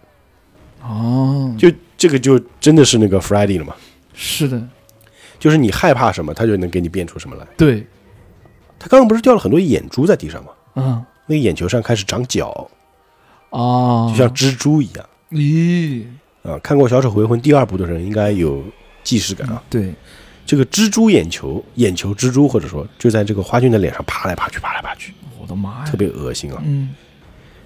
C: 哦，
A: 就这个就真的是那个 Friday 了嘛，
C: 是的，
A: 就是你害怕什么，他就能给你变出什么来。
C: 对，
A: 他刚刚不是掉了很多眼珠在地上吗？
C: 啊
A: 那个眼球上开始长角，
C: 啊，
A: 就像蜘蛛一样
C: 咦，
A: 啊！看过《小丑回魂》第二部的人应该有既视感啊。
C: 对，
A: 这个蜘蛛眼球，眼球蜘蛛，或者说就在这个花俊的脸上爬来爬去，爬来爬去，
C: 我的妈呀
A: 特，别恶心啊。
C: 嗯，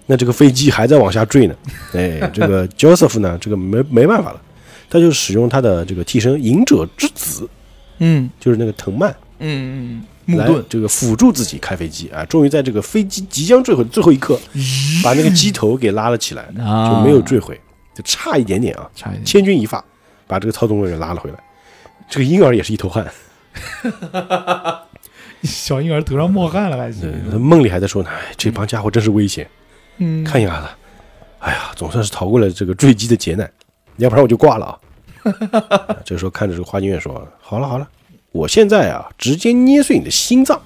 A: 那这个飞机还在往下 坠呢。哎，这个 Joseph 呢，这个没没办法了，他就使用他的这个替身隐者之子，
C: 嗯
A: 就是那个藤蔓
C: 嗯嗯，木
A: 来
C: 盾，
A: 这个辅助自己开飞机啊，终于在这个飞机即将坠毁的最后一刻，把那个机头给拉了起来，
C: 啊
A: 就没有坠毁，就差一点点啊，
C: 差一点
A: 千钧一发，把这个操纵人给拉了回来。这个婴儿也是一头汗，
C: 小婴儿头上冒汗了还
A: 对
C: 是？
A: 他梦里还在说呢，哎，这帮家伙真是危险，
C: 嗯，
A: 看一下子，哎呀，总算是逃过了这个坠机的劫难，要不然我就挂了啊！啊这时候看着这个花金月说：“好了好了，我现在啊，直接捏碎你的心脏，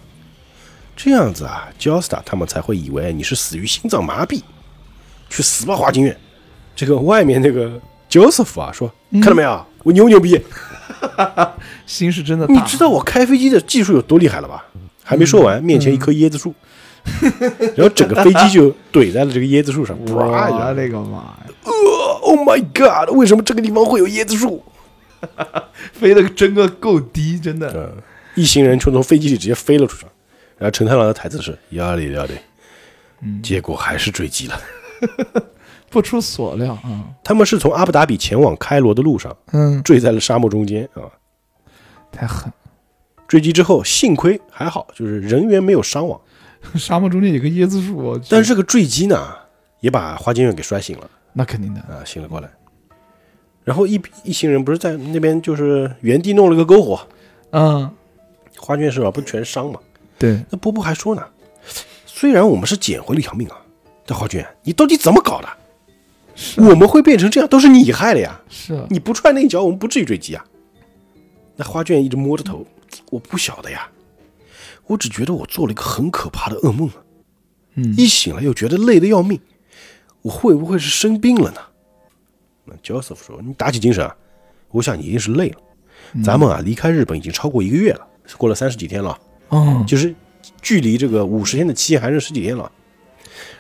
A: 这样子啊，Josta 他们才会以为你是死于心脏麻痹，去死吧，花金月！”这个外面那个 Joseph 啊说：“
C: 嗯
A: 看到没有，我牛牛逼！
C: 心是真的大，
A: 你知道我开飞机的技术有多厉害了吧？”还没说完，面前一棵椰子树， 然后整个飞机就怼在了这个椰子树上，啪一下
C: 我。勒个妈呀，
A: Oh my god！为什么这个地方会有椰子树？
C: 飞得真的够低，真的。
A: 嗯，一行人就从飞机里直接飞了出去。然后陈太郎的台词是“要得要得”，结果还是坠机了。
C: 不出所料啊，
A: 他们是从阿布达比前往开罗的路上
C: 嗯，
A: 坠在了沙漠中间啊。
C: 太狠，
A: 坠机之后，幸亏还好，就是人员没有伤亡，
C: 沙漠中间有个椰子树，我去
A: 但是这个坠机呢，也把花间院给摔醒了
C: 那肯定的，
A: 啊，醒了过来。然后一一行人不是在那边就是原地弄了个篝火，
C: 嗯，
A: 花卷手上不全伤嘛？
C: 对，
A: 那波波还说呢，虽然我们是捡回了一条命啊，但花卷你到底怎么搞的？
C: 是啊
A: 我们会变成这样，都是你害的呀！
C: 是啊，
A: 你不踹那一脚，我们不至于坠机啊。那花卷一直摸着头，我不晓得呀，我只觉得我做了一个很可怕的噩梦啊。
C: 嗯，
A: 一醒来又觉得累得要命，我会不会是生病了呢？那 Joseph 说：“你打起精神啊，我想你一定是累了。咱们啊离开日本已经超过一个月了，过了三十几天了，
C: 嗯，
A: 就是距离这个五十天的期限还剩十几天了。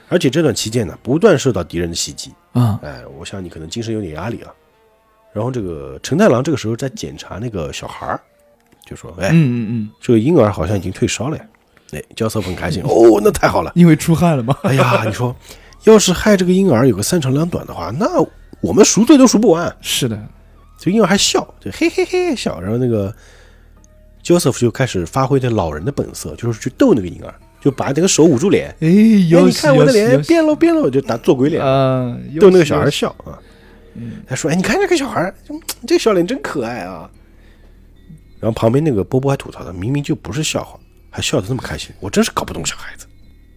A: 而且这段期间呢，不断受到敌人的袭击。
C: 啊，
A: 哎，我想你可能精神有点压力啊。然后这个陈太郎这个时候在检查那个小孩儿，就说：哎，
C: 嗯嗯嗯，
A: 这个婴儿好像已经退烧了呀。”哎，Joseph 很开心，哦，那太好了。
C: 因为出汗了嘛，
A: 哎呀，你说，要是害这个婴儿有个三长两短的话，那我们赎罪都赎不完。
C: 是的，
A: 这婴儿还笑，就嘿嘿嘿笑。然后那个 Joseph 就开始发挥这老人的本色，就是去逗那个婴儿，就把那个手捂住脸，
C: 哎，
A: 哎，
C: 有
A: 你看我的脸变喽变喽，就打做鬼脸，
C: 啊，有
A: 逗那个小孩
C: 有
A: 笑啊。他说：“哎，你看这个小孩，嗯这个小脸真可爱啊。”然后旁边那个波波还吐槽他，明明就不是笑话，还笑得那么开心，我真是搞不懂小孩子。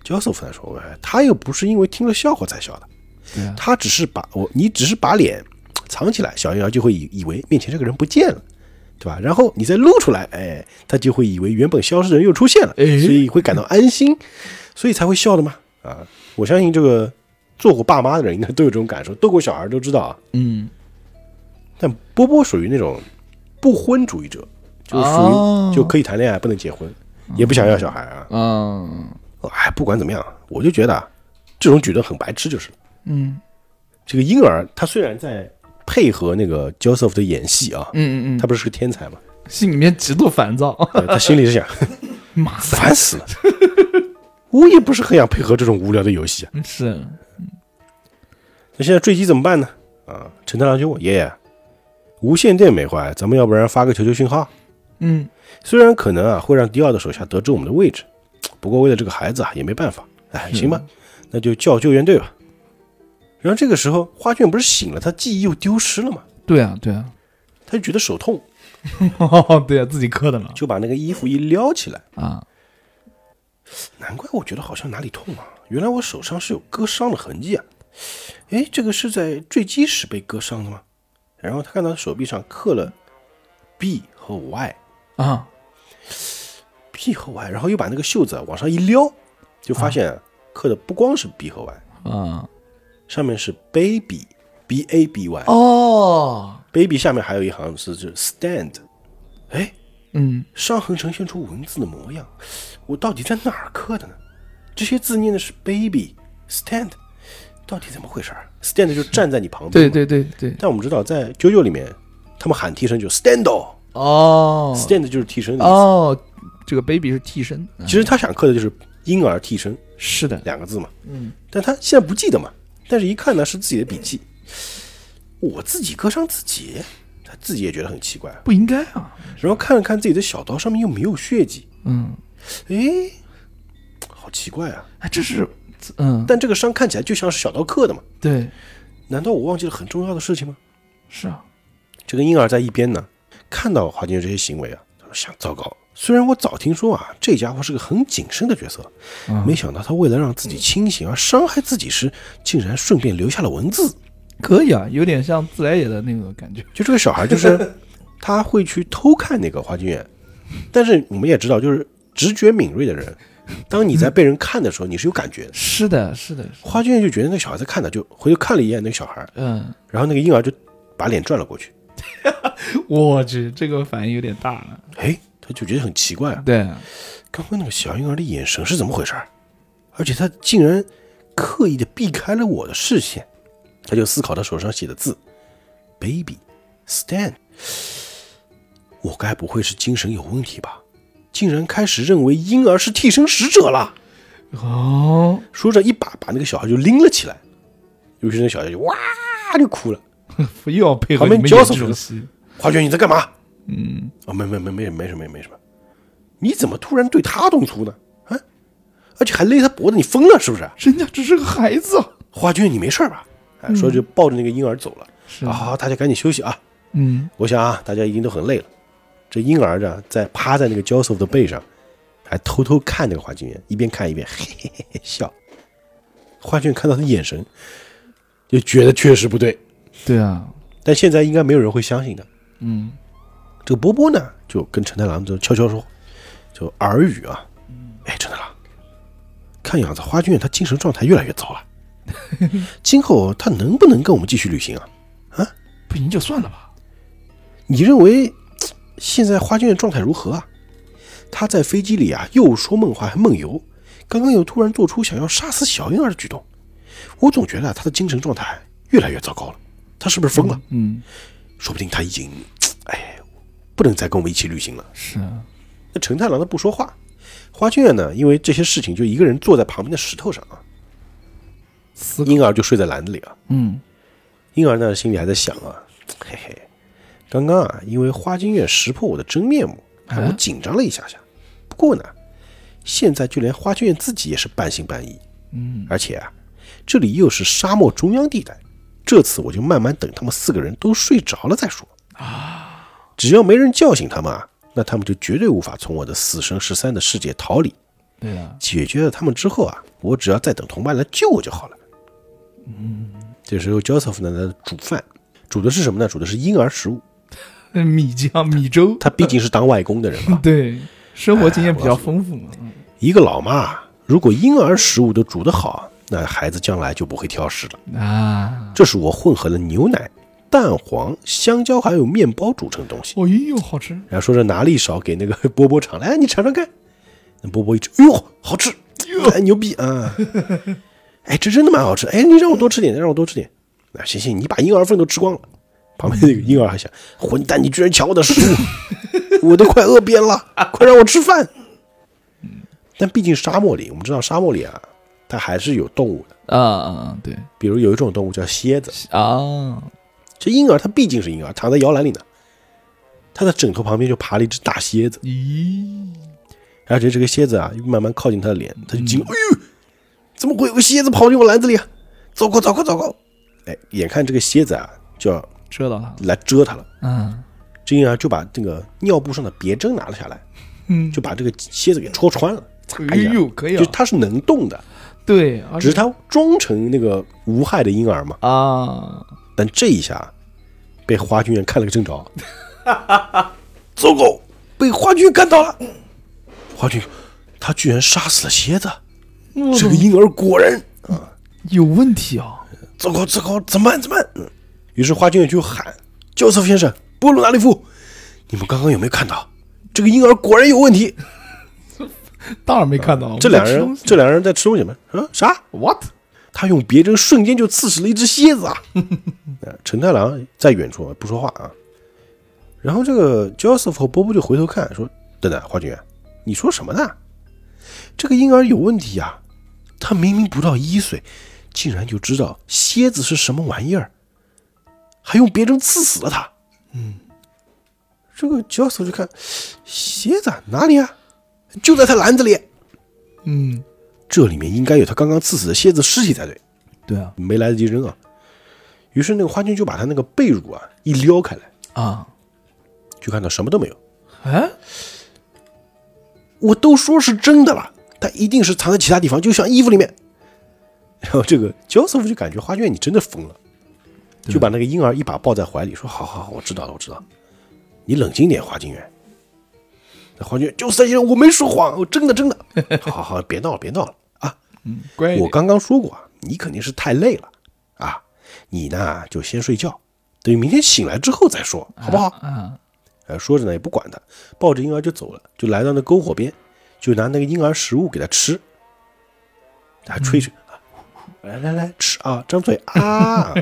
A: Joseph 还说：“哎，他又不是因为听了笑话才笑的。”
C: 对啊，
A: 他只是把我，你只是把脸藏起来，小婴儿就会以以为面前这个人不见了，对吧？然后你再露出来，哎，他就会以为原本消失的人又出现了，
C: 哎
A: 所以会感到安心，所以才会笑的嘛。啊，我相信这个做过爸妈的人应该都有这种感受，逗过小孩都知道啊。
C: 嗯，
A: 但波波属于那种不婚主义者，就是属于、
C: 哦
A: 就可以谈恋爱，不能结婚，也不想要小孩啊。
C: 嗯，
A: 哎，不管怎么样，我就觉得啊，这种举动很白痴，就是了。
C: 嗯，
A: 这个婴儿他虽然在配合那个 Joseph 的演戏啊，
C: 嗯嗯嗯，
A: 他不是个天才嘛，
C: 心里面极度烦躁，
A: 对他心里是想
C: 妈的，
A: 烦死了，我也不是很想配合这种无聊的游戏啊。
C: 是，
A: 那现在坠机怎么办呢？啊，陈太郎就问爷爷，无线电没坏，咱们要不然发个求救信号？
C: 嗯，
A: 虽然可能啊会让迪奥的手下得知我们的位置，不过为了这个孩子啊也没办法。哎，行吧，那就叫救援队吧。然后这个时候花卷不是醒了，他记忆又丢失了嘛，
C: 对啊对啊，
A: 他就觉得手痛，
C: 对啊，自己磕的嘛，
A: 就把那个衣服一撩起来。
C: 啊，
A: 难怪我觉得好像哪里痛啊！原来我手上是有割伤的痕迹啊！哎，这个是在坠机时被割伤的吗？然后他看到手臂上刻了 B 和 Y，B
C: 啊，
A: 和 Y，然后又把那个袖子啊往上一撩，就发现啊刻的不光是 B 和 Y，
C: 啊，
A: 上面是 baby，B A B Y，baby
C: 哦，
A: 下面还有一行是是 stand。哎，
C: 嗯，
A: 伤痕呈现出文字的模样，我到底在哪儿刻的呢？这些字念的是 baby stand，到底怎么回事儿？stand 就站在你旁边，
C: 对。对对对，
A: 但我们知道，在九九里面，他们喊替身就 stand，stand
C: 哦
A: 就是替身的意思。
C: 哦，这个 baby 是替身，嗯
A: 其实他想刻的就是婴儿替身
C: 是的，
A: 两个字嘛。
C: 嗯，
A: 但他现在不记得嘛，但是一看呢是自己的笔记，我自己刻伤自己，他自己也觉得很奇怪。
C: 不应该啊，
A: 然后看了看自己的小刀，上面又没有血迹，
C: 嗯，
A: 诶，好奇怪啊！
C: 哎，这是，嗯，
A: 但这个伤看起来就像是小刀刻的嘛？
C: 对，
A: 难道我忘记了很重要的事情吗？
C: 是啊，
A: 这个婴儿在一边呢，看到华金这些行为啊，他说想糟糕。虽然我早听说啊，这家伙是个很谨慎的角色，没想到他为了让自己清醒而伤害自己时，竟然顺便留下了文字。
C: 可以啊，有点像自来也的那个感觉，
A: 就这个小孩，就是他会去偷看那个花金院，但是我们也知道，就是直觉敏锐的人，当你在被人看的时候，你是有感觉的。
C: 是的，是的，
A: 花金院就觉得那个小孩在看他，就回头看了一眼那个小孩，
C: 嗯，
A: 然后那个婴儿就把脸转了过去。
C: 我去，这个反应有点大了，
A: 哎，他就觉得很奇怪啊，
C: 对，
A: 刚刚那个小婴儿的眼神是怎么回事儿？而且他竟然刻意的避开了我的视线，他就思考他手上写的字：“baby stand”。我该不会是精神有问题吧？竟然开始认为婴儿是替身使者了。
C: 哦，
A: 说着，一把把那个小孩就拎了起来，于是那小孩就哇就哭了。
C: 又要配合
A: 旁边
C: 你们
A: 教
C: 演
A: 唆
C: 这
A: 我
C: 种戏，
A: 花卷，你在干嘛？
C: 嗯，
A: 哦，没没没没没什么没什么，你怎么突然对他动粗呢？啊而且还勒他脖子，你疯了是不是？
C: 人家只是个孩子，啊
A: 花君，你没事儿吧？哎，说就抱着那个婴儿走了。
C: 是
A: 啊，好，好，大家赶紧休息啊！
C: 嗯，
A: 我想啊，大家一定都很累了。这婴儿呢，在趴在那个 Joseph 的背上，还偷偷看那个花君，一边看一边 嘿嘿嘿嘿笑。花君看到他的眼神，就觉得确实不对，
C: 对啊，
A: 但现在应该没有人会相信的。
C: 嗯，
A: 这个波波呢，就跟陈太郎就悄悄说，就耳语啊，哎，陈太郎，看样子花君他精神状态越来越糟了， 今后他能不能跟我们继续旅行啊？
C: 不行就算了吧。
A: 你认为现在花君的状态如何啊？他在飞机里啊，又说梦话还梦游，刚刚又突然做出想要杀死小婴儿的举动，我总觉得啊他的精神状态越来越糟糕了，他是不是疯了？
C: 嗯，
A: 说不定他已经，哎，不能再跟我们一起旅行了。
C: 是啊，
A: 那陈太郎他不说话，花君呢，因为这些事情就一个人坐在旁边的石头上啊，
C: 思考，
A: 婴儿就睡在篮子里啊。
C: 嗯，
A: 婴儿呢心里还在想啊，嘿嘿，刚刚啊，因为花君院识破我的真面目，害我紧张了一下下。不过呢，现在就连花君院自己也是半信半疑。嗯，而且啊，这里又是沙漠中央地带，这次我就慢慢等他们四个人都睡着了再说啊。只要没人叫醒他们啊，那他们就绝对无法从我的死神十三的世界逃离。
C: 对啊，
A: 解决了他们之后啊，我只要再等同伴来救我就好了。嗯，这时候 Joseph 呢在煮饭，煮的是什么呢？煮的是婴儿食物。
C: 那 米浆、米粥，，
A: 他毕竟是当外公的人嘛
C: 对哎生活经验比较丰富嘛。嗯
A: 一个老妈如果婴儿食物都煮得好，那孩子将来就不会挑食了。
C: 啊，
A: 这是我混合了牛奶、蛋黄、香蕉还有面包煮成的东西。
C: 哦呦，好吃，
A: 然后说着拿了一勺给那个 波波尝，来你尝尝看。那波波一吃，哎呦，好吃，哎牛逼啊！哎，这真的蛮好吃。哎，你让我多吃点，让我多吃点。那行行，你把婴儿份都吃光了。旁边那个婴儿还想，混蛋，你居然抢我的食物，我 都快饿扁了，快让我吃饭。但毕竟沙漠里，我们知道沙漠里啊，它还是有动物的，
C: 啊啊，对
A: 比如有一种动物叫蝎子，
C: 啊，
A: 这婴儿它毕竟是婴儿，躺在摇篮里呢，他的枕头旁边就爬了一只大蝎子。
C: 咦，
A: 而且这个蝎子啊，又慢慢靠近他的脸，他就
C: 嗯
A: 惊，哎呦，怎么会有个蝎子跑进我篮子里啊？糟糕，糟糕，糟糕！哎，眼看这个蝎子啊就要
C: 知道他了，
A: 来蛰他了，
C: 嗯
A: 这婴儿就把这个尿布上的别针拿了下来，
C: 嗯，
A: 就把这个蝎子给戳穿了，擦
C: 哎
A: 一下，
C: 呦，可以
A: 就
C: 啊，
A: 它是能动的，
C: 对，而
A: 只
C: 且
A: 是它装成那个无害的婴儿嘛。
C: 啊，
A: 但这一下被花君院看了个正着，糟糕，被花君看到了，花君，他居然杀死了蝎子。
C: 我
A: 这
C: 操
A: 个婴儿果然
C: 有问题啊，
A: 糟糕糟糕，怎么办怎么办？嗯，于是花君就喊：“教授先生，波鲁纳利夫，你们刚刚有没有看到？这个婴儿果然有问题。
C: 当然没看 到，”
A: 这两人，这两人在吃东西吗？啊，啥？
C: what？
A: 他用别针瞬间就刺死了一只蝎子啊！呃陈太郎在远处不说话啊。然后这个 Joseph 和波波就回头看，说：“等等，花君，啊你说什么呢？这个婴儿有问题啊！他明明不到一岁，竟然就知道蝎子是什么玩意儿，还用别针刺死了他。”嗯，这个 Joseph 就看蝎子啊哪里啊？就在他篮子里，
C: 嗯，
A: 这里面应该有他刚刚刺死的蝎子尸体才对。
C: 对啊，
A: 没来得及扔啊。于是那个花君就把他那个被褥啊一撩开来，
C: 啊，
A: 就看到什么都没有。
C: 哎，
A: 我都说是真的了，他一定是藏在其他地方，就像衣服里面。 然后这个 Joseph 就感觉花卷你真的疯了，就把那个婴儿一把抱在怀里，说：“好好好，我知道了，我知道了，你冷静点，花金元。”那花卷就是先生，我没说谎，我真的真的。 好好好，别闹了，别闹了啊！
C: 乖一点，
A: 我刚刚说过啊，你肯定是太累了啊，你呢就先睡觉，等明天醒来之后再说，好不好？
C: 啊，
A: 呃，说着呢也不管他，抱着婴儿就走了，就来到那篝火边，就拿那个婴儿食物给他吃，还吹吹啊，来来来吃啊，张嘴啊。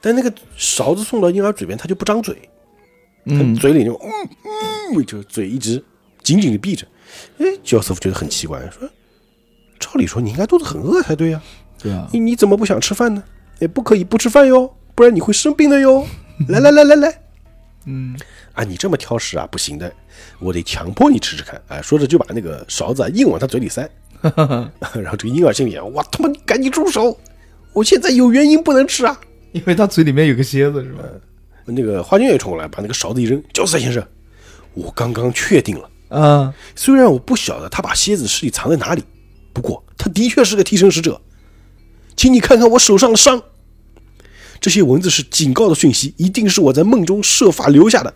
A: 但那个勺子送到婴儿嘴边，他就不张嘴，他嘴里就嗯嗯，就嘴一直紧紧的闭着。哎，Joseph 觉得很奇怪，说：“照理说你应该肚子很饿才对呀、
C: 对啊，
A: 你你怎么不想吃饭呢？也不可以不吃饭哟，不然你会生病的哟。来来来来来，
C: 嗯，
A: 啊，你这么挑食啊，不行的，我得强迫你吃吃看。啊，说着就把那个勺子啊硬往他嘴里塞。
C: 啊
A: 然后这个婴儿心里啊，我他妈你赶紧住手，我现在有原因不能吃啊。
C: 因为他嘴里面有个蝎子是吧？
A: 那个花君也冲过来，把那个勺子一扔，教赛先生，我刚刚确定了，
C: 啊，
A: 虽然我不晓得他把蝎子尸体藏在哪里，不过他的确是个替身使者，请你看看我手上的伤。这些文字是警告的讯息，一定是我在梦中设法留下的。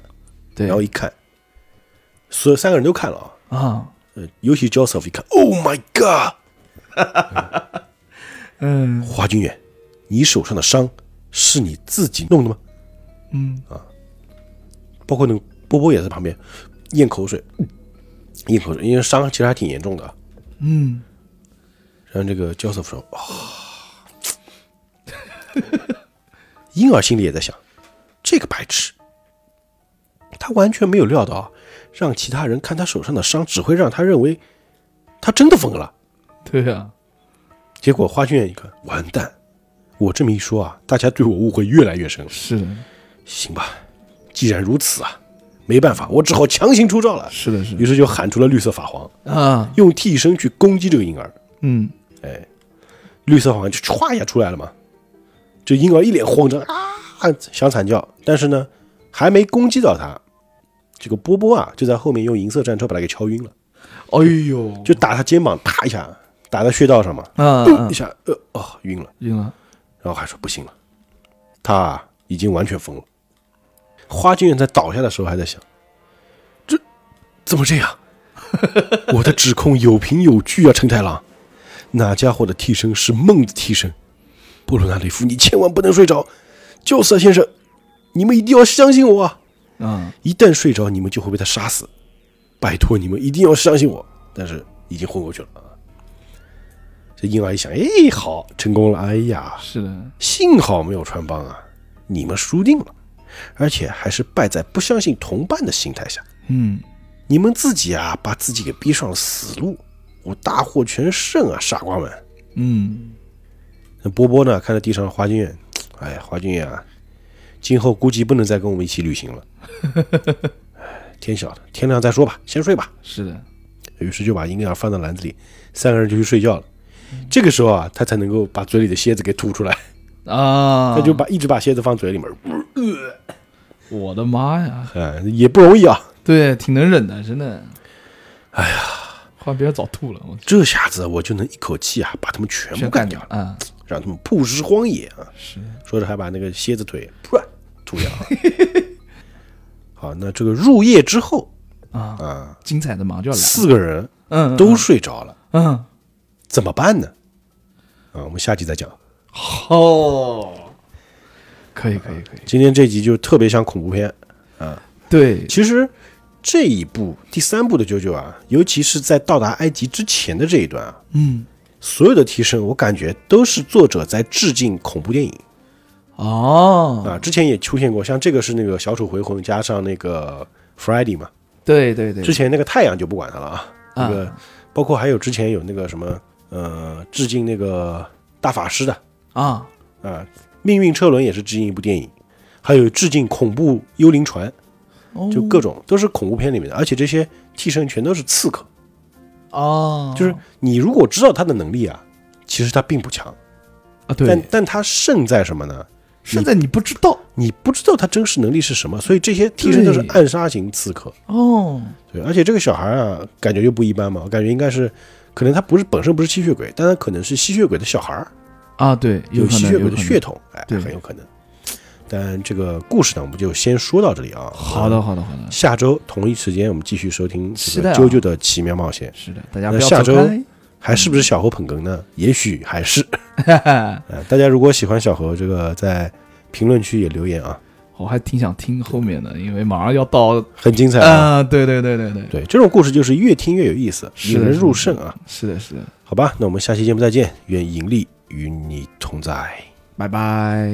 C: 对
A: 然后一看，所有三个人都看了啊，
C: 啊，
A: 呃，尤其 Joseph 一看，Oh my God！
C: 嗯
A: 华君远，你手上的伤是你自己弄的吗？啊
C: 嗯
A: 包括那个波波也在旁边咽口水，咽口水，因为伤其实还挺严重的啊。
C: 嗯，
A: 然后这个 Joseph 说：“啊、 婴儿心里也在想，这个白痴，他完全没有料到啊，让其他人看他手上的伤，只会让他认为他真的疯了。
C: 对啊，
A: 结果花圈一看，完蛋！我这么一说啊，大家对我误会越来越深。
C: 是的，
A: 行吧，既然如此啊，没办法，我只好强行出招了。
C: 是的，是
A: 于是就喊出了绿色法皇，
C: 的啊，
A: 用替身去攻击这个婴儿。
C: 嗯，
A: 哎，绿色法环就歘一下出来了嘛。这婴儿一脸慌张啊，想惨叫，但是呢，还没攻击到他，这个波波啊就在后面用银色战车把他给敲晕了，
C: 哎呦，
A: 就打他肩膀，啪一下打在穴道上嘛，
C: 啊，
A: 一下呃哦晕了，
C: 晕了，
A: 然后还说不行了，他啊已经完全疯了。花君在倒下的时候还在想，这怎么这样？ 我的指控有凭有据啊，陈太郎，那家伙的替身是梦的替身。布鲁纳雷夫，你千万不能睡着，就瑟先生，你们一定要相信我啊！
C: 啊，
A: 一旦睡着，你们就会被他杀死。拜托你们一定要相信我。但是已经昏过去了啊。这婴儿一想，哎，好，成功了！哎呀，
C: 是的，
A: 幸好没有穿帮啊，你们输定了，而且还是败在不相信同伴的心态下。
C: 嗯，
A: 你们自己啊，把自己给逼上了死路，我大获全胜啊，傻瓜们！
C: 嗯，
A: 那波波呢，看着地上的花君院，哎呀，花君院啊，今后估计不能再跟我们一起旅行了。 哎天晓得，天亮再说吧，先睡吧。
C: 是的，
A: 于是就把婴儿放到篮子里，三个人就去睡觉了。这个时候啊，他才能够把嘴里的蝎子给吐出来，
C: 啊，
A: 他就把一直把蝎子放嘴里面，
C: 我的妈呀，
A: 哎，也不容易啊。
C: 对，挺能忍的，真的，哎呀，换别人早吐了，我
A: 这下子我就能一口气啊把他们全部
C: 全
A: 干
C: 干
A: 掉
C: 掉
A: 了，
C: 啊，
A: 让他们曝尸荒野啊！
C: 是，
A: 说着还把那个蝎子腿噗吐掉了。 好，那这个入夜之后
C: 啊
A: 啊，
C: 精彩的马上就要来了，
A: 四个人
C: 嗯，嗯
A: 都睡着了，
C: 嗯，
A: 怎么办呢？啊，我们下集再讲。
C: 哦，可以，可以，可以，
A: 今天这集就特别像恐怖片。
C: 对，
A: 其实这一部第三部的啾啾啊，尤其是在到达埃及之前的这一段啊，
C: 嗯，
A: 所有的提升我感觉都是作者在致敬恐怖电影。
C: 哦，
A: 啊，之前也出现过，像这个是那个小丑回魂加上那个 Friday 嘛，
C: 对对对，
A: 之前那个太阳就不管它了啊，那
C: 啊
A: 个包括还有之前有那个什么呃，致敬那个大法师的
C: 啊，
A: 啊，命运车轮也是致敬一部电影，还有致敬恐怖幽灵船，
C: 哦
A: 就各种都是恐怖片里面的，而且这些替身全都是刺客，
C: 哦，
A: 就是你如果知道他的能力啊，其实他并不强，
C: 啊，
A: 但
C: 对，
A: 但他胜在什么呢？
C: 现在你不知道
A: 你不知道他真实能力是什么，所以这些替身都是
C: 对
A: 暗杀型刺客。
C: 哦，
A: 对，而且这个小孩啊，感觉又不一般嘛，我感觉应该是，可能他不是本身不是吸血鬼，但他可能是吸血鬼的小孩儿，
C: 啊，对，有可
A: 吸
C: 能
A: 血鬼
C: 有
A: 的
C: 可能
A: 血统，哎，
C: 对
A: 很有可能。但这个故事呢，我们就先说到这里啊。
C: 好的，好的，好的，
A: 下周同一时间我们继续收听这
C: 期
A: 个
C: 待啊
A: 啾啾的奇妙冒险，
C: 是的，大家
A: 那
C: 不要
A: 下
C: 走
A: 周
C: 开
A: 还是不是小猴捧哏呢？也许还是。
C: 哈哈，
A: 呃，大家如果喜欢小猴，这个在评论区也留言啊，
C: 我还挺想听后面的，因为马上要到
A: 很精彩啊。
C: 啊，对对对对对，
A: 对，这种故事就是越听越有意思，
C: 是
A: 引
C: 的
A: 人
C: 是
A: 入
C: 的
A: 胜啊。
C: 是的，是的，
A: 好吧，那我们下期节目再见，愿盈利与你同在。
C: 拜拜。